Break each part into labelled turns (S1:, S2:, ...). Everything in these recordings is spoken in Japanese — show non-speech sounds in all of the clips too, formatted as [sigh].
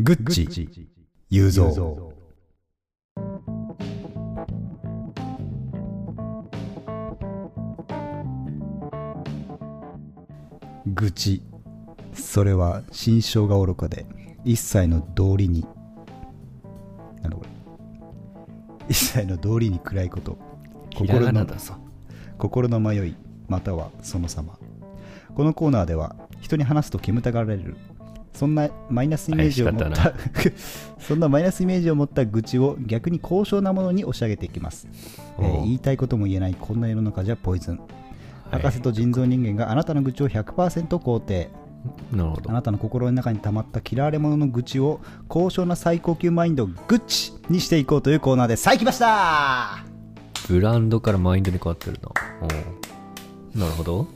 S1: グッチ、雄三。愚痴。それは心象が愚かで、一切の道理に、なんだこれ。一切の道理に暗いこと。
S2: ひら
S1: 心
S2: がな
S1: の
S2: だぞ。
S1: 心の迷いまたはその様このコーナーでは人に話すと煙たがられるそんなマイナスイメージを持った
S2: 怪しか
S1: [laughs] そんなマイナスイメージを持った愚痴を逆に高尚なものに押し上げていきます、えー
S2: おう
S1: 言いたいことも言えないこんな世の中じゃポイズン、
S2: はい
S1: 博士と人造人間があなたの愚痴を100%肯定
S2: なるほど
S1: あ。なたの心の中に溜まった嫌われ者の愚痴を高尚な最高級マインドグッチにしていこうというコーナーですさあ行きました
S2: ブランドからマインドに変わってるな。おうなるほど。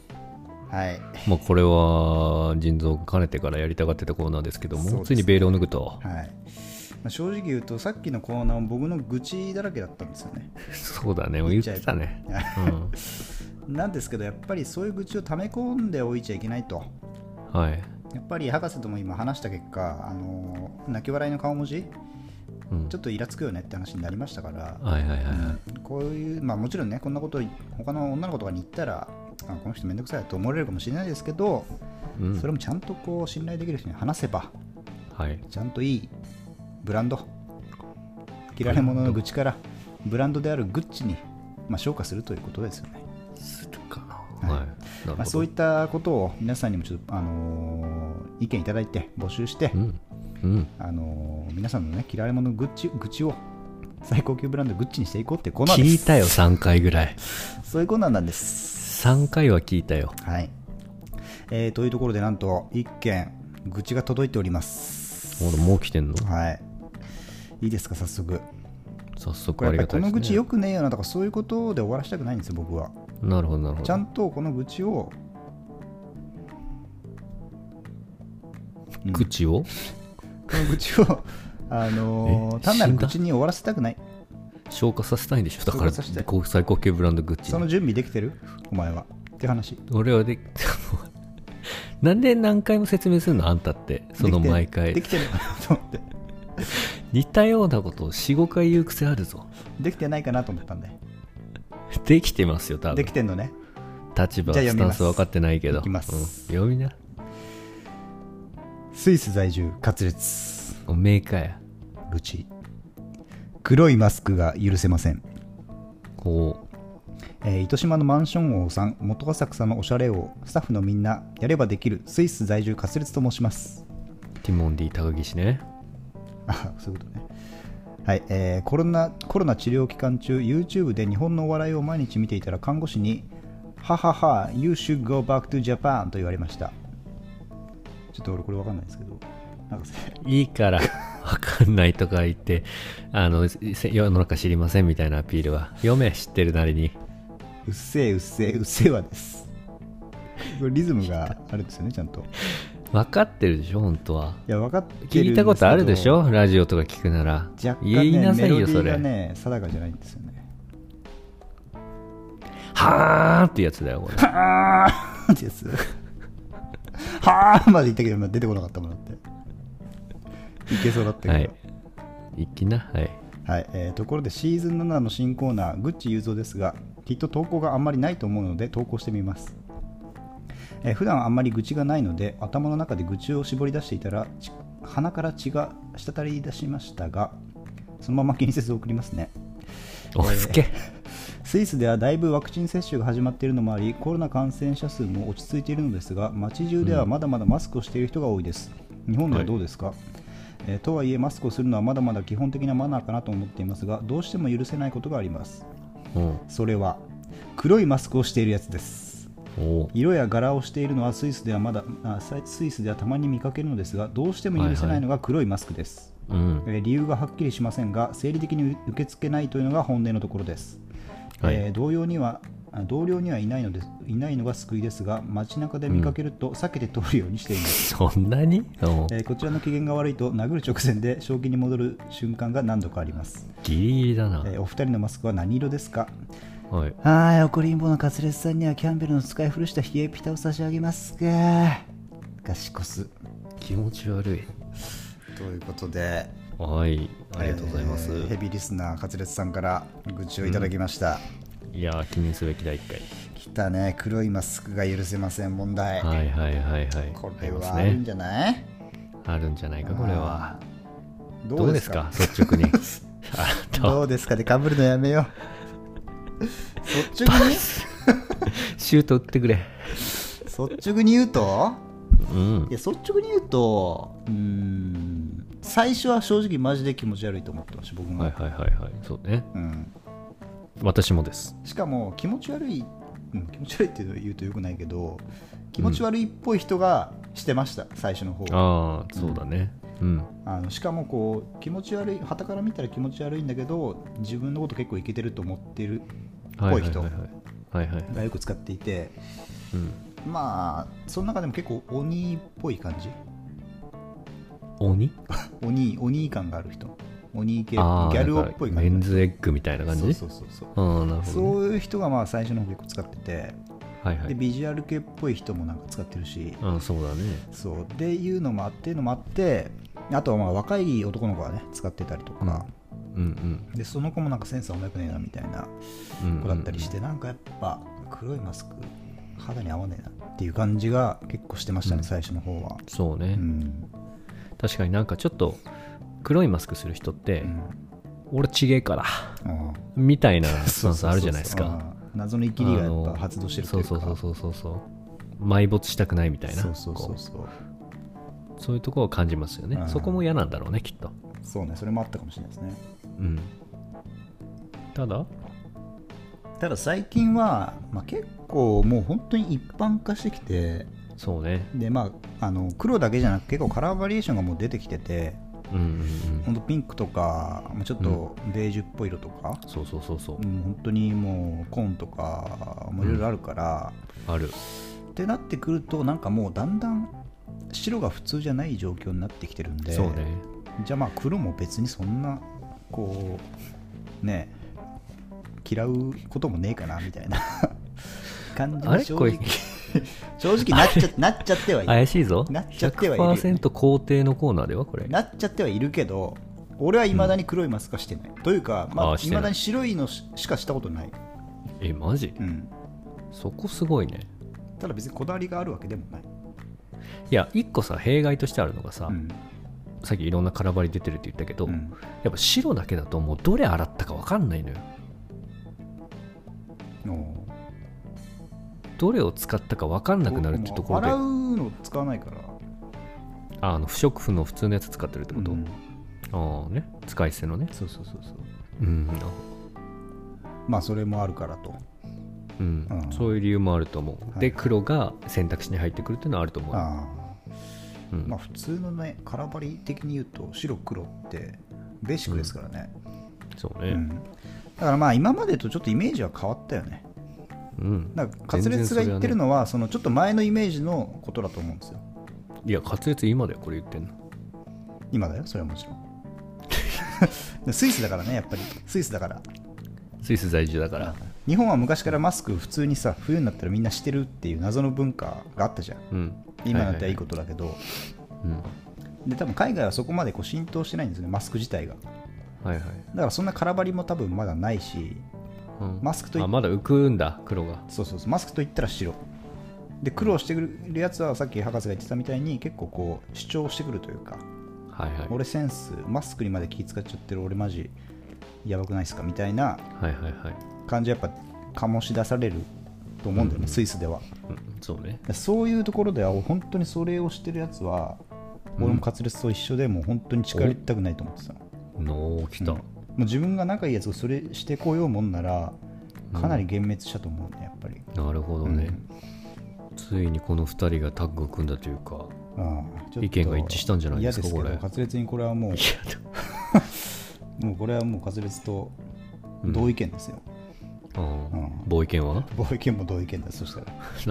S1: はい
S2: まあ、これは、腎臓がかねてからやりたがってたコーナーですけど
S1: そう
S2: も、
S1: です
S2: ついにベールを脱ぐ
S1: は
S2: と。
S1: いまあ、正直言うとさっきのコーナーも僕の愚痴だらけだったんですよね
S2: そうだね、もう言ってたね。うん。
S1: なんですけどやっぱりそういう愚痴を溜め込んでおいちゃいけないと
S2: はい。
S1: やっぱり博士とも今話した結果、あのー泣き笑いの顔文字
S2: うん
S1: ちょっとイラつくよねって話になりましたから、
S2: はいはいはいはい。
S1: こういうまあもちろんねこんなこと他の女の子とかに言ったらあこの人めんどくさいと思われるかもしれないですけど、
S2: うん
S1: それもちゃんとこう信頼できる人に話せば
S2: はい。
S1: ちゃんといいブランド嫌われ者の愚痴からブランドであるグッチに、まあ、昇華するということですよね、
S2: するかな。
S1: はい
S2: はい。なる
S1: まあ、
S2: ほ
S1: そ
S2: ど
S1: うい。ったことを皆さんにもちょっと、あのー意見いただいて募集して
S2: う、ん。うん。
S1: あのー皆さんのね嫌われ者のグッチ愚痴を最高級ブランドグッチにしていこうっていうコーナー
S2: 聞
S1: で
S2: い
S1: す
S2: たよ、3回ぐらい。
S1: そういうコーナーなんです
S2: 3回は聞いたよ。
S1: はい、えーというところでなんと1件愚痴が届いております
S2: ほら、もう来てんの
S1: はいいいですか早速
S2: 早
S1: こ
S2: 速
S1: れや
S2: あ
S1: っぱり
S2: りがた
S1: こ
S2: いで
S1: の
S2: すね。
S1: 愚痴よくねえよなとかそういうことで終わらしたくないんですよ僕は
S2: なるほど、なるほ
S1: ちゃ
S2: ど。
S1: んとこの愚痴を
S2: 愚痴を
S1: この愚痴をあのー
S2: [laughs] え
S1: 単なる
S2: 死んだ
S1: 愚痴に終わらせたくない
S2: 消化させたいんでしょだか
S1: 消
S2: ら
S1: 化させたい
S2: こう最高級ブランドグッチ
S1: その準備できてるお前はって話
S2: 俺はで [laughs] なんで何回も説明するのあんたってその
S1: できてる
S2: 毎
S1: で
S2: 回
S1: きてる [laughs] かなと思って
S2: 似たようなことを45回言う癖ある
S1: [laughs]
S2: ぞ
S1: できてないかなと思ったんで
S2: できてますよ多
S1: で
S2: 分
S1: きてんのね
S2: 立場
S1: じゃあ
S2: ス
S1: 読み
S2: タ
S1: ま
S2: ン
S1: す
S2: ス分かってないけど
S1: いきます
S2: うん、読みな
S1: スイス在住滑裂
S2: おめえかや
S1: 愚痴黒いマスクが許せません
S2: こう
S1: えー糸島のマンション王さん元浅草のおしゃれ王スタッフのみんなやればできるスイス在住滑裂と申します
S2: ティモンディ高岸ね
S1: あそういうことね。はいえーコロナコロナ治療期間中、YouTube で日本のお笑いを毎日見ていたら看護師に、ははは、You should go back to Japan と言われました。ちょっと俺これわかんないですけど、なんか
S2: いいから [laughs] 分かんないとか言ってあのせ世の中知りませんみたいなアピールは読め知ってるなりに
S1: うっせえうっせえうっせえわです。これリズムがあるんですよね、ちゃんと。
S2: 分かってるでしょ本当はい
S1: や、分かってるんですけど
S2: 聞いたことあるでしょラジオとか聞くなら
S1: 若干、ね、
S2: 言いなさい
S1: メ
S2: よ
S1: ロディ
S2: そ
S1: ーが
S2: れ
S1: ね、定かじゃないんですよね。
S2: はーってやつだよこれ
S1: はあです。はあまで言ったけど、今出てこなかったもんだって。いけそうだったけど。
S2: は
S1: はいい。。
S2: いきな。はい。
S1: えーところで、シーズン7の新コーナー、グッチ雄三ですが、きっと投稿があんまりないと思うので、投稿してみます。えー普段あんまり愚痴がないので、頭の中で愚痴を絞り出していたら、ち鼻から血が滴り出しましたが、そのまま気にせず送りますね。
S2: おいつけ。
S1: スイスではだいぶワクチン接種が始まっているのもありコロナ感染者数も落ち着いているのですが街中ではまだまだマスクをしている人が多いです、日本ではどうですか、えーとはいえマスクをするのはまだまだ基本的なマナーかなと思っていますがどうしても許せないことがあります
S2: うん。
S1: それは黒いマスクをしているやつです
S2: お
S1: 色や柄をしているのはスイスではまだあススイスではたまに見かけるのですがどうしても許せないのが黒いマスクです、
S2: うん。
S1: えー理由がはっきりしませんが生理的に受け付けないというのが本音のところです、
S2: はい
S1: えー同様にはあ同僚にはいないのですいないのが救いですが街中で見かけると避けて通るようにしています、
S2: そんなにお
S1: えーこちらの機嫌が悪いと殴る直前で正気に戻る瞬間が何度かあります、
S2: ギリギリだな。
S1: えーお二人のマスクは何色ですか
S2: はい。
S1: はい怒りんぼのカツレツさんにはキャンベルの使い古した冷えピタを差し上げますがガシコス
S2: 気持ち悪い。
S1: ということで
S2: はいありがとうございます、
S1: えーヘビーリスナーカツレツさんから愚痴をいただきました、
S2: いやー記念すべき第1回
S1: 来たね黒いマスクが許せません問題、
S2: はいはいはいはい
S1: こ
S2: あ
S1: れ
S2: ります
S1: はあるん
S2: ね
S1: じゃない
S2: あるんじゃないかこれは
S1: うん
S2: ど
S1: どう
S2: うで
S1: ですす
S2: か
S1: か
S2: 率直にあと
S1: どうですかでかぶるのやめよう
S2: [laughs]
S1: 率直に
S2: [laughs] シュート打ってくれ
S1: 率直に言うと
S2: うん
S1: いや率直に言うとうーん最初は正直マジで気持ち悪いと思ってました僕も、
S2: はいはいはいはいそうね
S1: うん、
S2: 私もです
S1: しかも気持ち悪い、うん、気持ち悪いって言うとよくないけど気持ち悪いっぽい人がしてました、最初の方
S2: ああそうだねうん
S1: あのしかもこう気持ち悪いはから見たら気持ち悪いんだけど自分のこと結構いけてると思ってる
S2: はいはい
S1: ぽい人
S2: はいはいはいはい
S1: がよく使っていて
S2: うん
S1: まあその中でも結構鬼っぽい感じ
S2: 鬼
S1: 鬼鬼感がある人鬼系ギ
S2: あー
S1: ャル男っぽい
S2: なんかメン
S1: 感じ
S2: ズエッグみたいな感じ
S1: そうそうそうそう
S2: ああなるほどね、
S1: そういう人がまあ最初の方結構使ってて
S2: はいは
S1: で
S2: い
S1: ビジュアル系っぽい人もなんか使ってるし
S2: あそうだね
S1: そうっていうのもあっていうのもあってあとはまあ若い男の子がね使ってたりとか、
S2: うん
S1: でその子もなんかセンスあんまよくねえなみたいな
S2: うんうん
S1: 子だったりして、なんかやっぱ黒いマスク肌に合わねえなっていう感じが結構してましたね、
S2: うん
S1: 最初の方は、
S2: そうね、
S1: うん
S2: 確かになんかちょっと黒いマスクする人って、
S1: うん
S2: 俺ちげえから
S1: あ
S2: みたい
S1: [laughs]
S2: な
S1: あ
S2: スタンスあるじゃないです
S1: そうそう
S2: か
S1: そうああ謎のイキリがやっぱ発動してると
S2: そ
S1: いううか
S2: そうそうそうそうそう埋没したくないみたいな
S1: そうそうそう
S2: こ
S1: そう
S2: うそういうところを感じますよね、
S1: うん
S2: そこも嫌なんだろうねきっと
S1: そうねそれもあったかもしれないですね
S2: うんただ
S1: ただ最近は、まあ、結構もう本当に一般化してきて
S2: そうね
S1: でまああの黒だけじゃなく結構カラーバリエーションがもう出てきてて
S2: うんうんうん
S1: 本当ピンクとかまあちょっとベージュっぽい色とか、
S2: そうそうそうそう、
S1: うん、本当にもうコーンとかもいろいろあるから、
S2: ある
S1: ってなってくるとなんかもうだんだん白が普通じゃない状況になってきてるんで
S2: そうね
S1: じゃあまあ黒も別にそんなこうね嫌うこともねえかなみたいな [laughs] 感じ
S2: あ
S1: も
S2: れ
S1: 正
S2: これ
S1: 直 [laughs] 正直なっちゃなっちゃってはいる
S2: 怪しいぞ
S1: なっちゃってはいるよね
S2: 100%肯定のコーナーではこれ
S1: なっちゃってはいるけど俺はいまだに黒いマスクはしてない、というかま
S2: あ
S1: あ
S2: ーして
S1: 未
S2: ない
S1: だに白いのししかしたことない、
S2: えマジ
S1: うん、
S2: そこすごいね
S1: ただ別にこだわりがあるわけでもない、
S2: いや一個さ弊害としてあるのがさ、
S1: うん
S2: さっきいろんな空張り出てるって言ったけど、
S1: うん
S2: やっぱ白だけだともうどれ洗ったか分かんないのよ
S1: おー
S2: どれを使ったか分かんなくなるってところで
S1: 洗うの使わないから
S2: ああの不織布の普通のやつ使ってるってこと、
S1: うん
S2: ああね使い捨てのね
S1: そうそうそうそう
S2: うん、
S1: まあそれもあるからと
S2: うん
S1: うん
S2: そういう理由もあると思う、
S1: はい
S2: で黒が選択肢に入ってくるっていうのはあると思う、
S1: あ
S2: う
S1: あ
S2: ん
S1: まあ普通のねカラバリ的に言うと白黒ってベーシックですからね、
S2: そう
S1: うん
S2: ね
S1: だからまあ今までとちょっとイメージは変わったよね
S2: うん、
S1: だからカツレツが言ってるのはそのちょっと前のイメージのことだと思うんですよ
S2: いや滑舌今だよこれ言ってんの
S1: 今だよそれはもちろ
S2: [laughs]
S1: んスイスだからねやっぱりスイスだから
S2: スイス在住だから
S1: 日本は昔からマスク普通にさ冬になったらみんなしてるっていう謎の文化があったじゃん
S2: うん
S1: 今だったらいい
S2: は
S1: ことだけど、
S2: いはい、うん
S1: で多分海外はそこまでこう浸透してないんですよねマスク自体がだ
S2: はいはい
S1: からそんな空張りも多分まだないし
S2: うん
S1: マスクとい
S2: あまだ浮くんだ黒が
S1: そうそうそうマスクといったら白で苦労してくるやつはさっき博士が言ってたみたいに結構こう主張してくるというか
S2: はいはい
S1: 俺センスマスクにまで気使っちゃってる俺マジやばくないですかみたいな
S2: はいはいはい、
S1: 感じやっぱ醸し出されると思うんだよね、スイスでは
S2: うん、そうね
S1: でそういうところでは本当にそれをしてるやつは俺も滑舌と一緒でもう本当に近寄りたくないと思ってたの
S2: のー来た、
S1: うんもう自分が仲いいやつをそれしてこようもんならかなり幻滅したと思うねやっぱり、
S2: なるほどね、ついにこの2人がタッグを組んだという
S1: [laughs]
S2: か
S1: うんちょっと
S2: 意見が一致したんじゃないですか
S1: 嫌ですけ
S2: こ
S1: ど滑舌にこれはも
S2: いや
S1: うもうこれはもう滑舌と同意見ですよ、
S2: あ
S1: ん
S2: 貿易
S1: [laughs]
S2: 券は
S1: 同意見も同意見だそした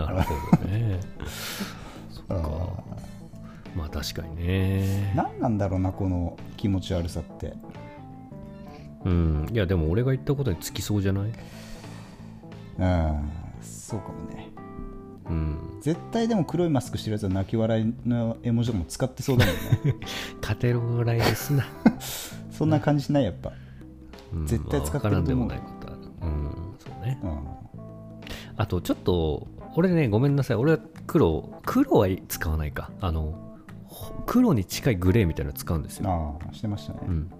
S1: ら
S2: なるほど
S1: [laughs]
S2: ねそっかまあ確かにね
S1: 何なんだろうなこの気持ち悪さって
S2: うんいやでも俺が言ったことにつきそうじゃない
S1: うんそうかもね
S2: うん。
S1: 絶対でも黒いマスクしてるやつは泣き笑いの絵文字とかも使ってそう
S2: [laughs]
S1: だもんね
S2: カテゴライズすな。
S1: そんな感じしないやっぱ、
S2: うん
S1: 絶対使ってると思う
S2: まあわからんでもないことある。うん。そうね。
S1: うん、
S2: あと、ちょっと、俺ね、ごめんなさい。俺は黒、黒は使わないか。あの、ほ黒に近いグレーみたいなの使うんですよ。
S1: ああしてましたね
S2: うん。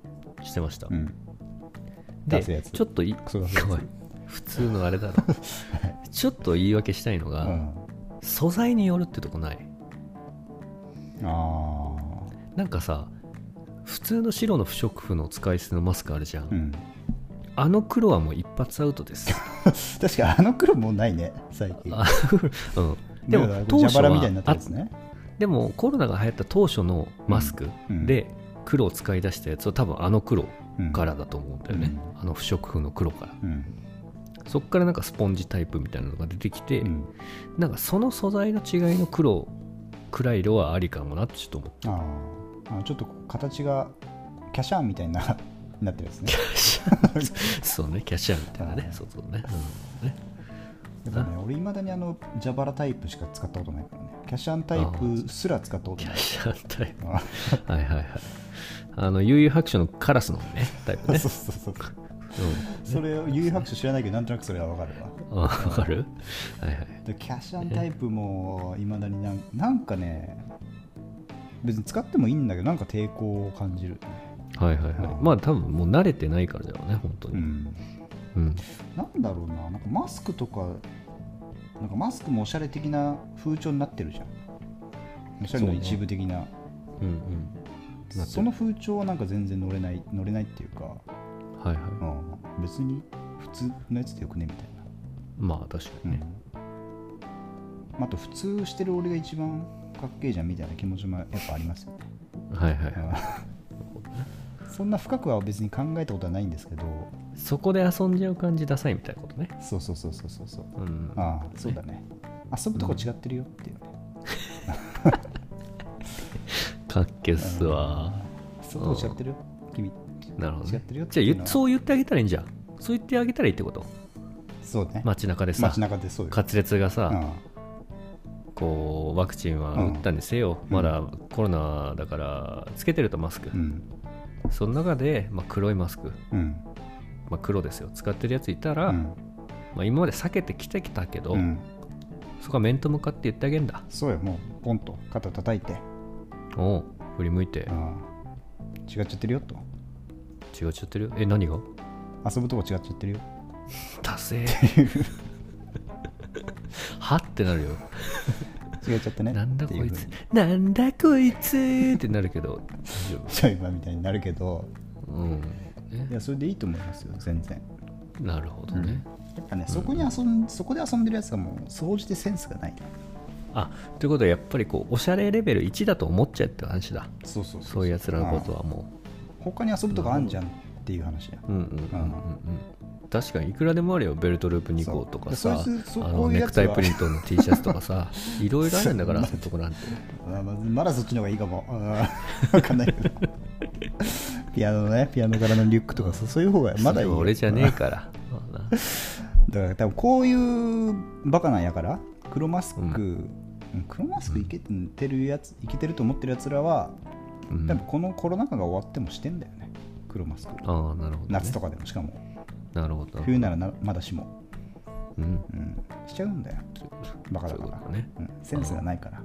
S2: してました
S1: う。ん、
S2: で
S1: 出すやつ
S2: ちょっとい
S1: クソ出すやつ
S2: おい普通のあ
S1: [laughs]
S2: れだろちょっと言い訳したいの
S1: う
S2: が、
S1: ん、
S2: 素材によるってとこない
S1: あ
S2: なんかさ普通の白の不織布の使い捨てのマスクあるじゃん、
S1: あうん
S2: あの黒はもう一発アウトです
S1: 確かあの黒もう [laughs] ないね最近
S2: あ [laughs] うんで
S1: だか
S2: も
S1: ら
S2: 当初
S1: 蛇腹みたいにな
S2: は
S1: った
S2: あ
S1: やつね
S2: でもコロナが流行った当初のマスク
S1: うんうん
S2: で黒を使い出したやつは多分あの黒
S1: うん
S2: からだと思うんだよね、あの不織布の黒から
S1: うん
S2: そっからなんかスポンジタイプみたいなのが出てきて、
S1: うん
S2: なんかその素材の違いの黒暗い色はありかもなってちょっと思った
S1: あーあちょっと形がキャシャンみたいな [laughs] なってるやつね
S2: [laughs] そうね、キャッシャーみたいな
S1: は
S2: ね、
S1: い
S2: そうそうね。
S1: やっぱね俺いまだにあの蛇腹タイプしか使ったことないからねキャシャンタイプすら使ったこと
S2: キャ
S1: な
S2: ッ
S1: い
S2: シャータイ
S1: あ
S2: プ。はいはいはい。あの、悠々白書のカラスのね、タイプ
S1: ー
S2: ね。
S1: そうそうそうそれを有白書知らないけどなんとなくそれはわかるわ
S2: [laughs] うん。あわかるはいはい。
S1: でキャシャンタイプもいまだになんなんかね別に使ってもいいんだけどなんか抵抗を感じる、
S2: はいはいはい。まあ多分もう慣れてないからだろうね、本当
S1: う
S2: に。
S1: ん、
S2: うん。
S1: なんだろうななんかマスクとかなんかマスクもおしゃれ的な風潮になってるじゃんおしゃれの一部的な
S2: うんうん。
S1: そ,、の風潮はなんか全然乗れない乗れないっていうか、
S2: はいはい。
S1: うん、別に普通のやつでよくねみたい
S2: まあ確かに
S1: な、
S2: ね。
S1: うん、あと普通してる俺が一番かっけえじゃんみたいな気持ちもやっぱありますよね
S2: はいはいはい。
S1: [laughs] そんな深くは別に考えたことはないんですけど
S2: そこで遊んじゃう感じダサいみたいなことね。
S1: そうそうそうそうそうそう
S2: うん。
S1: ああそうだね遊ぶとこ違ってるよっていうね、
S2: かっけっすわ。
S1: 遊ぶとこ違ってるよ君
S2: なるほど
S1: 違
S2: ね
S1: ってるよ。って
S2: じゃあ
S1: いうのは
S2: 言っそう言ってあげたらいいんじゃん。そう言ってあげたらいいってこと
S1: そうね
S2: 街中でさ
S1: 街、中でそうよ
S2: 滑舌がさ、
S1: うん
S2: こうワクチンは打ったにせよ、
S1: うん
S2: まだコロナだからつけてるとマスク、
S1: うん
S2: その中で、まあ、黒いマスク、
S1: うん
S2: まあ、黒ですよ使ってるやついたら、
S1: うん
S2: まあ、今まで避けてきてきたけど、
S1: うん
S2: そこは面と向かって言ってあげるんだ
S1: そうよもうポンと肩叩いて
S2: おう振り向いて
S1: うん違っちゃってるよと
S2: 違っちゃってるえ何が
S1: 遊ぶとこ違っちゃってるよ
S2: 達成 [laughs] はってなるよ
S1: 違っちゃってね
S2: [laughs] なんだ
S1: って
S2: こ
S1: いう
S2: い
S1: ふう
S2: つ
S1: に
S2: なんだこいつってなるけど大丈
S1: ちょいばみたいになるけど
S2: 夫うんね
S1: いやそれでいいと思いますよ全然
S2: なるほどね、
S1: やっぱねそこに遊んそこで遊んでるやつがもう総じてセンスがない
S2: あということはやっぱりこうおしゃれレベル1だと思っちゃうって話だ
S1: そうそうそ
S2: そういうやつらのことはも
S1: 他に遊ぶとこあんじゃんっていう話や
S2: う、うんうんうんうんうん、確かにいくらでもあるよベルトループ2個とかさ
S1: そうでそいつそう
S2: あ
S1: こ
S2: の
S1: ういう
S2: ネ
S1: や
S2: ク
S1: つ
S2: タ
S1: は
S2: イプリントの T シャツとかさいろいろあるん
S1: [laughs]
S2: だからそういうとこなんて
S1: あままだそっちの方がいいかも [laughs] 分かんないけどピアノのねピアノからのリュックとかそうそういう方がまだいい
S2: それ
S1: よ
S2: は俺じゃねえからまあな
S1: だから多分こういうバカなんやから黒マスク、
S2: うん
S1: うん黒マスクいけてるやついけてると思ってるやつらは、
S2: うん
S1: 多分このコロナ禍が終わってもしてんだよね黒マスク
S2: ああなるほど、ね、
S1: 夏とかでもしかも
S2: なるほど、
S1: 冬ならなまだしも、
S2: うん、
S1: うん、しちゃうんだよバカ
S2: そ
S1: だ
S2: ういう
S1: か
S2: こ
S1: ら
S2: とね
S1: うん、センスがないから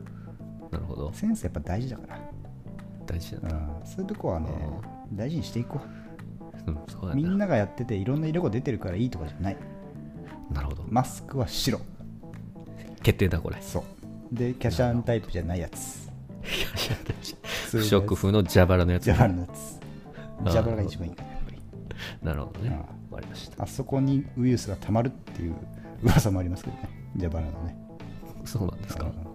S2: なるほど
S1: センスやっぱ大事だから、
S2: 大事だ
S1: う
S2: な、
S1: ん、そういうとこはね大事にしていこ
S2: うん、そう
S1: う
S2: だ
S1: みん
S2: な
S1: ながやってていろんな色が出てるからいいとかじゃない
S2: なるほど
S1: マスクは白
S2: 決定だ
S1: [laughs]
S2: これ
S1: そうでキャシャンタイプじゃないやつ
S2: 不織布の蛇腹のやつ
S1: ジャバラのやつ
S2: あー
S1: ジャバラが一番いいかなやっぱり
S2: なるほどね
S1: ああ
S2: 終わりました
S1: あそこにウイルスがたまるっていう噂もありますけどねジャバラのね
S2: そうなんですか、
S1: うん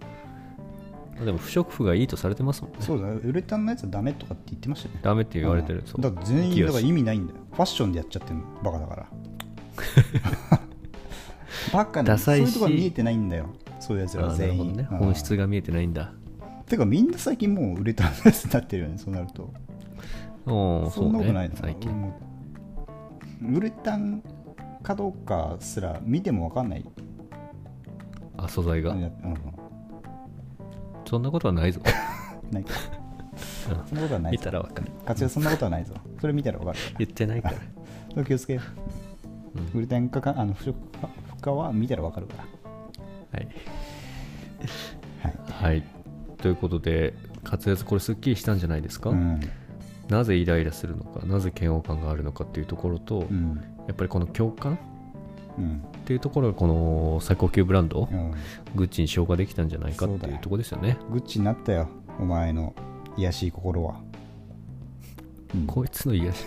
S2: でも不織布がいいとされてますもんね
S1: そうだウレタンのやつはダメとかって言ってましたよね
S2: ダメって言われてる、そう
S1: だって全員だから
S2: 清
S1: 意味ないんだよファッションでやっちゃってるのバカだ
S2: [laughs]
S1: からバカな
S2: ダ
S1: そ
S2: サ
S1: う
S2: い
S1: い
S2: し
S1: うとこは見えてないんだよそういうやつら
S2: あ
S1: は
S2: あなる
S1: 全
S2: ほど
S1: 員、
S2: ね
S1: うん
S2: 本質が見えてないんだ
S1: てかみんな最近もうウレタンのやつになってるよねそうなると
S2: おー
S1: そんなことないの
S2: そうね最近
S1: もうウレタンかどうかすら見ても分かんない
S2: あ素材が
S1: うんうん
S2: そんなこと
S1: [laughs]
S2: はないぞ
S1: ないか。そんなことはない
S2: 見
S1: ぞ。
S2: たらわかる
S1: 活用そんなことはないぞ。それ見たらわかるか
S2: 言ってないから
S1: ら。それ気をつけよ
S2: う
S1: う。グルテン化か、あの、不織化は見たらわかるから。
S2: はい
S1: はい。
S2: はいということで滑舌これすっきりしたんじゃないですか、
S1: うん。
S2: なぜイライラするのかなぜ嫌悪感があるのかっていうところと、
S1: うん。
S2: やっぱりこの共感
S1: うん。
S2: っていうところがこの最高級ブランド、
S1: うん
S2: グッチに消化できたんじゃないかっていうところですよね
S1: グッチになったよ。お前の癒やしい心は。うん
S2: こいつの癒やし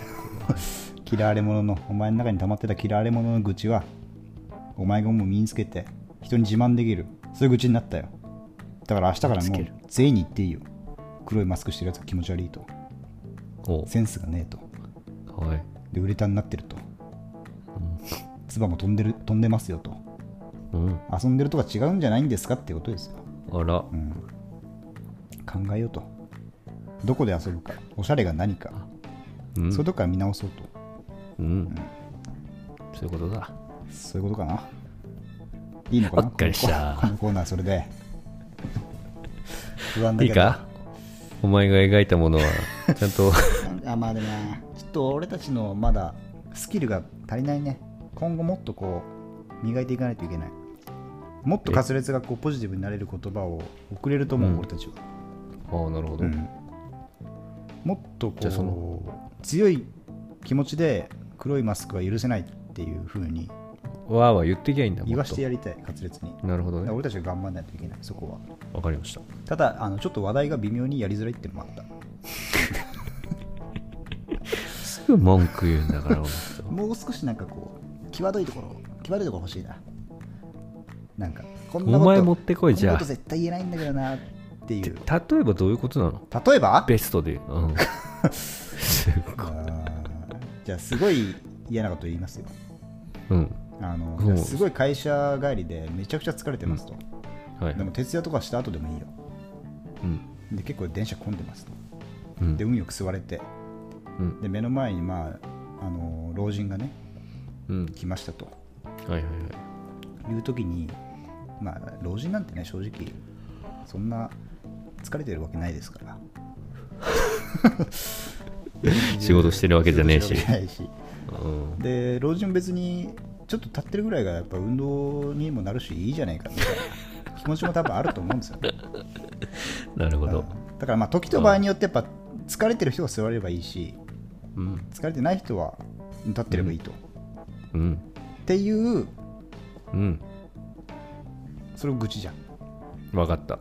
S1: 嫌われ者の、お前の中に溜まってた嫌われ者の愚痴は、お前がもう身につけて、人に自慢できる。そういう愚痴になったよ。だから明日から
S2: つ
S1: も
S2: け
S1: う
S2: る
S1: 全員に言っていいよ。黒いマスクしてるやつは気持ち悪いと。
S2: を
S1: センスがねえと。
S2: はい、
S1: で、ウレタンになってると。唾も飛んでる飛んでますよと
S2: うんうん、
S1: 遊んでるとか違うんじゃないんですかってことですよ、
S2: あら
S1: うん、考えようとどこで遊ぶかおしゃれが何か、
S2: うん
S1: そういうとこから見直そうと
S2: うんそういうことだ
S1: そういうことかないいのかな
S2: わかりました
S1: このコーナーこのコーナーそれで不安だ
S2: い
S1: け
S2: い
S1: ど
S2: かお前が描いた
S1: [laughs]
S2: ものはちゃんと
S1: あまあでもねちょっと俺たちのまだスキルが足りないね今後もっとこう磨いていかないといけないもっと滑舌がこうポジティブになれる言葉を送れると思う、
S2: うん
S1: 俺たちは
S2: ああなるほど、
S1: もっとこ
S2: じゃ
S1: う
S2: あその
S1: 強い気持ちで黒いマスクは許せないっていう風に
S2: わーわー言ってきゃいいんだ
S1: 言
S2: も
S1: わ
S2: っ
S1: し
S2: と
S1: てやりたい滑舌に、
S2: なるほどね
S1: 俺たちが頑張らないといけないそこは
S2: わかりました
S1: ただあのちょっと話題が微妙にやりづらいっていうのもあっ
S2: すぐ文句言うんだからこ
S1: [laughs]
S2: の人
S1: たもう少しなんかこう際どいところ際どいところ欲しいななんかこんなこと
S2: お前持ってこいじゃあ
S1: んなこと絶対言えないんだけどなっていう
S2: 例えばどういうことなの
S1: 例えば
S2: ベストで言
S1: [laughs]
S2: う、うん、
S1: あーじゃあすごい嫌なこと言いますよ
S2: うん
S1: あの
S2: うん
S1: すごい会社帰りでめちゃくちゃ疲れてますと、
S2: はい
S1: でも徹夜とかした後でもいいよ
S2: うん
S1: で結構電車混んでますと
S2: うん
S1: で運よく座れて
S2: うん
S1: で目の前に、まあ、あの老人がね
S2: うん
S1: 来ましたと
S2: はいはいはい
S1: いう時に、まあ、老人なんてね正直そんな疲れてるわけないですから
S2: 仕事してるわけじゃねえし
S1: 仕事てるわけじゃないし
S2: うん
S1: で老人も別にちょっと立ってるぐらいがやっぱ運動にもなるしいいじゃないかみたいな気持ちも多分あると思うんですよ
S2: [laughs]
S1: ね
S2: なるほど
S1: だからまあ時と場合によってやっぱ疲れてる人が座れればいいし
S2: うん
S1: 疲れてない人は立ってればいいと、
S2: うん
S1: っていう
S2: うん
S1: それを愚痴じゃん
S2: 分かった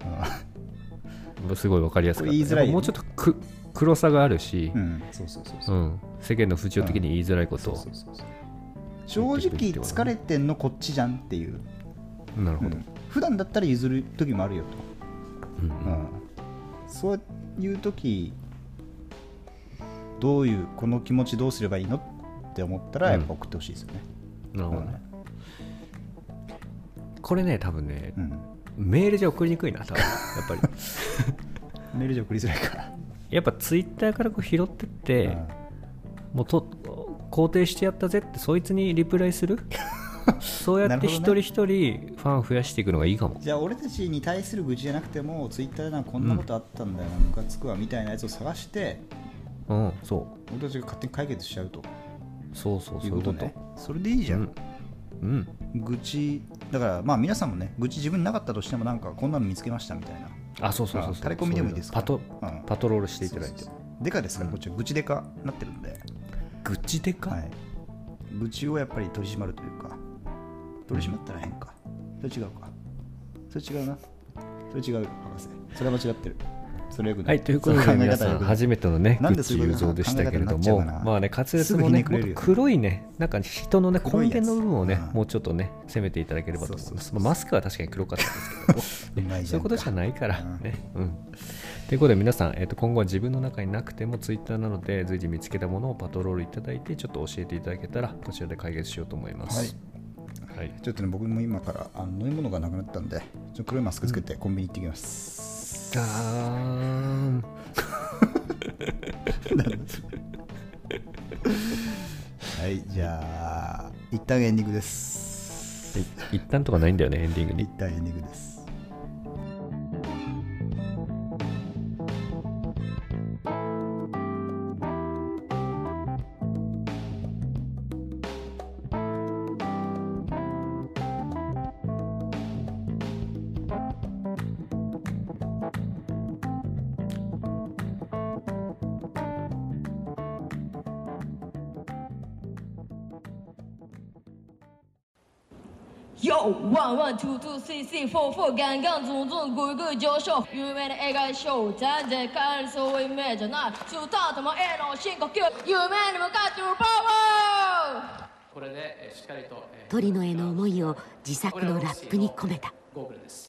S2: すごい分かりやすかった、
S1: これ言いづらいよね
S2: もうちょっとく黒さがあるし
S1: う、んそうそうそう
S2: う
S1: そ
S2: ん
S1: う
S2: 世間の不条的に言いづらいこと、
S1: そうそうそうそう正直疲れてんのこっちじゃんっていう、
S2: なるほ
S1: う
S2: ど、
S1: ん普段だったら譲る時もあるよ
S2: うん
S1: と、うんそういう時どういうこの気持ちどうすればいいのって思ったらや
S2: うん
S1: っぱ送ってほしいですよね、
S2: なる
S1: う
S2: ほどね、これね多分ね、
S1: ん
S2: メールじゃ送りにくいな多分や
S1: [laughs]
S2: っぱり
S1: メールじゃ送りづらいから、
S2: やっぱツイッターからこう拾ってって、
S1: うん
S2: もうと肯定してやったぜってそいつにリプライ
S1: [laughs]
S2: するそうやって一人一人ファン増やしていくのがいいかも、
S1: じゃあ俺たちに対する愚痴じゃなくてもツイッターでなんかこんなことあったんだよな、ムカつくわみたいなやつを探して
S2: うん、そ
S1: 俺たちが勝手に解決しちゃうと
S2: うそうそうそ
S1: い
S2: ういううこ
S1: こととねそれでいいじゃん、
S2: うん
S1: 愚痴だからまあ皆さんもね愚痴自分になかったとしてもなんかこんなの見つけましたみたいな
S2: あそうそうそう
S1: あ
S2: そう
S1: 垂れ込みでもいいですか
S2: パト
S1: うん
S2: パトロールしていただいて
S1: そうそうそうでかですから、こっちは愚痴でかなってるんで、
S2: 愚痴でか、
S1: はい、愚痴をやっぱり取り締まるというか取り締まったら変かそれ違うかそれ違うなそれ違う博士それは間違ってるそれはよく
S2: は
S1: ない
S2: い、ということで皆さん初めてのね、
S1: な
S2: グ
S1: ん
S2: ッ
S1: でそう
S2: チ
S1: いう
S2: 雄三でしたけれ
S1: 考
S2: ど
S1: え方に
S2: も、
S1: なっちゃうかな
S2: まあね、滑舌もね、
S1: すぐひねくれるよね
S2: もっと黒いね、なんか人のね、根
S1: 黒いやつ
S2: 源の部分をね
S1: う、ん
S2: もうちょっとね、攻めていただければと思い
S1: そう
S2: ま
S1: そう
S2: す。
S1: そう
S2: まあマスクは確かに黒かったんですけ
S1: う
S2: ど
S1: まいじゃん
S2: ね、
S1: か
S2: そういうことじゃないからね。うん。ということで皆さん、えっと今後は自分の中になくても、ツイッターなので、随時見つけたものをパトロールいただいて、ちょっと教えていただけたら、こちらで解決しようと思います。はい。
S1: ちょっとね僕も今からあの飲み物がなくなったんでちょっと黒いマスクつけてコンビニ行ってきます、
S2: ダーン。
S1: はいじゃあ一旦エンディングです
S2: 一旦とかないんだよね、エンディングに
S1: 一。旦エンディングです
S3: よ one one two two three three four four ガンガンズンズングイグイ上昇有名な映画賞全然帰りそういうイメージじゃないスタートも A の深呼吸有名に向かってのパワー
S4: これでえーしっかりと、えー
S5: 鳥野への思いを自作のラップに込めた
S4: ゴーグルです